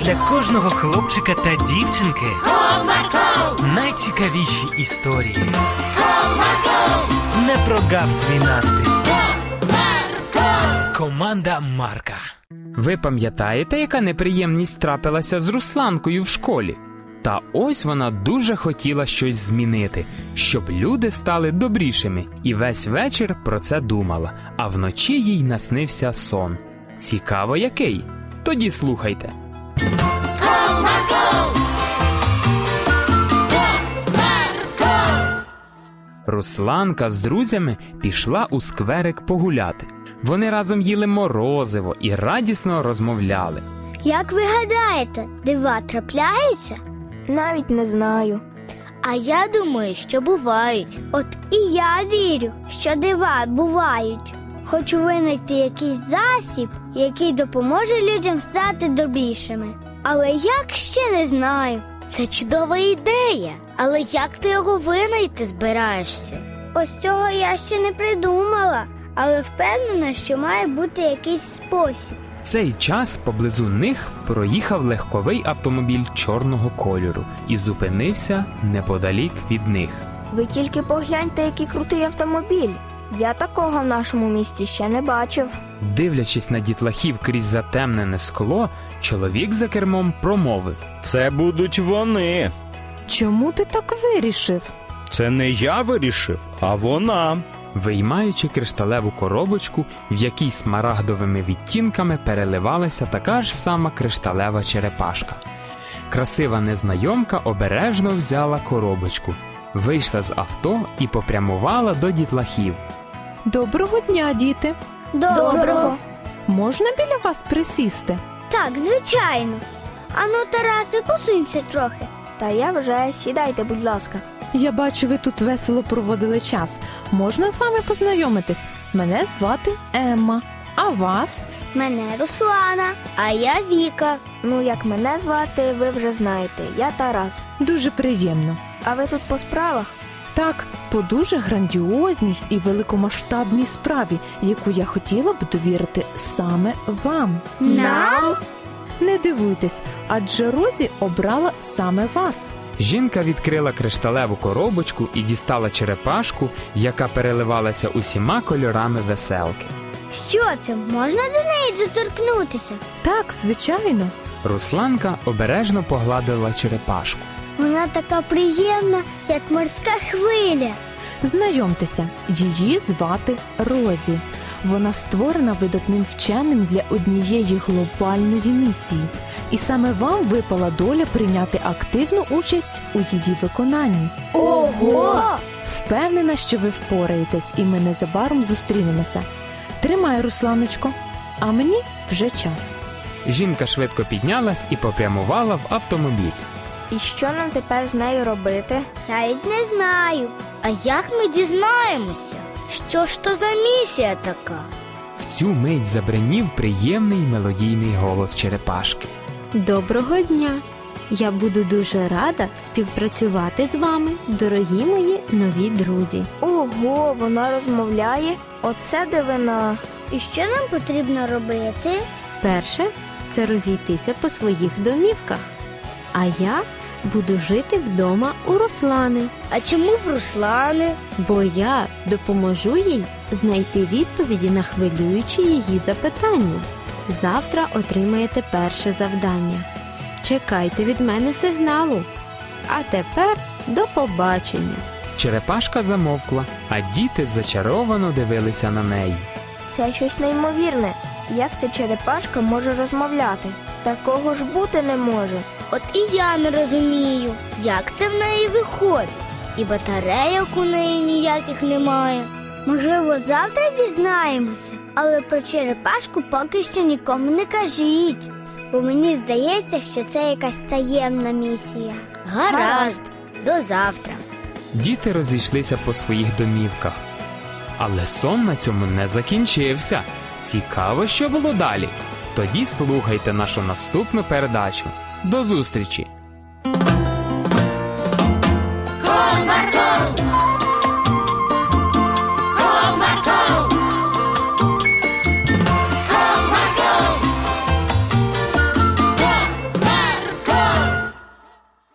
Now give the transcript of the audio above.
для кожного хлопчика та дівчинки Marco, найцікавіші історії. con Marco, Не прогав свій настрій. con Marco. Команда Марка. Ви пам'ятаєте, яка неприємність трапилася з Русланкою в школі? Та ось вона дуже хотіла щось змінити, щоб люди стали добрішими, і весь вечір про це думала, а вночі їй наснився сон. Цікаво який. Тоді слухайте. Con Marco, con Marco. Русланка з друзями пішла у скверик погуляти. Вони разом їли морозиво і радісно розмовляли. Як ви гадаєте, дива трапляються? Навіть не знаю. А я думаю, що бувають. От і я вірю, що дива бувають. Хочу винайти якийсь засіб, який допоможе людям стати добрішими. Але як ще не знаю. Це чудова ідея. Але як ти його винайти збираєшся? Ось цього я ще не придумала, але впевнена, що має бути якийсь спосіб. В цей час поблизу них проїхав легковий автомобіль чорного кольору і зупинився неподалік від них. Ви тільки погляньте, який крутий автомобіль. Я такого в нашому місті ще не бачив. Дивлячись на дітлахів крізь затемнене скло, чоловік за кермом промовив. Це будуть вони. Чому ти так вирішив? Це не я вирішив, а вона. Виймаючи кришталеву коробочку, в якій смарагдовими відтінками переливалася така ж сама кришталева черепашка. Красива незнайомка обережно взяла коробочку, вийшла з авто і попрямувала до дітлахів. Доброго дня, діти. Доброго. Можна біля вас присісти? Так, звичайно. Ану, Тарасе, посунься трохи. Та я вже сідайте, будь ласка. Я бачу, ви тут весело проводили час. Можна з вами познайомитись? Мене звати Емма. А вас? Мене Руслана. А я Віка. Ну, як мене звати, ви вже знаєте. Я Тарас. Дуже приємно. А ви тут по справах? Так, по дуже грандіозній і великомасштабній справі, яку я хотіла б довірити саме вам. Нам? Не дивуйтесь, адже Розі обрала саме вас. Жінка відкрила кришталеву коробочку і дістала черепашку, яка переливалася усіма кольорами веселки. Що це? Можна до неї доторкнутися? Так, звичайно. Русланка обережно погладила черепашку. Вона така приємна, як морська хвиля. Знайомтеся, її звати Розі. Вона створена видатним вченим для однієї глобальної місії. І саме вам випала доля прийняти активну участь у її виконанні. Ого! Впевнена, що ви впораєтесь, і ми незабаром зустрінемося. Тримай, Русланочко, а мені вже час. Жінка швидко піднялась і попрямувала в автомобіль. І що нам тепер з нею робити? Навіть не знаю. А як ми дізнаємося? Що ж то за місія така? В цю мить забринів приємний мелодійний голос черепашки. Доброго дня! Я буду дуже рада співпрацювати з вами, дорогі мої нові друзі. Ого, вона розмовляє. Оце дивина. І що нам потрібно робити? Перше це розійтися по своїх домівках. А я буду жити вдома у Руслани, А чому в Руслани? бо я допоможу їй знайти відповіді на хвилюючі її запитання. Завтра отримаєте перше завдання. Чекайте від мене сигналу. А тепер до побачення! Черепашка замовкла, а діти зачаровано дивилися на неї. Це щось неймовірне. Як ця черепашка може розмовляти? Такого ж бути не може. От і я не розумію, як це в неї виходить. І батарейок у неї ніяких немає. Можливо, завтра дізнаємося, але про черепашку поки що нікому не кажіть, бо мені здається, що це якась таємна місія. Гаразд, до завтра. Діти розійшлися по своїх домівках. Але сон на цьому не закінчився. Цікаво, що було далі. Тоді слухайте нашу наступну передачу. До зустрічі!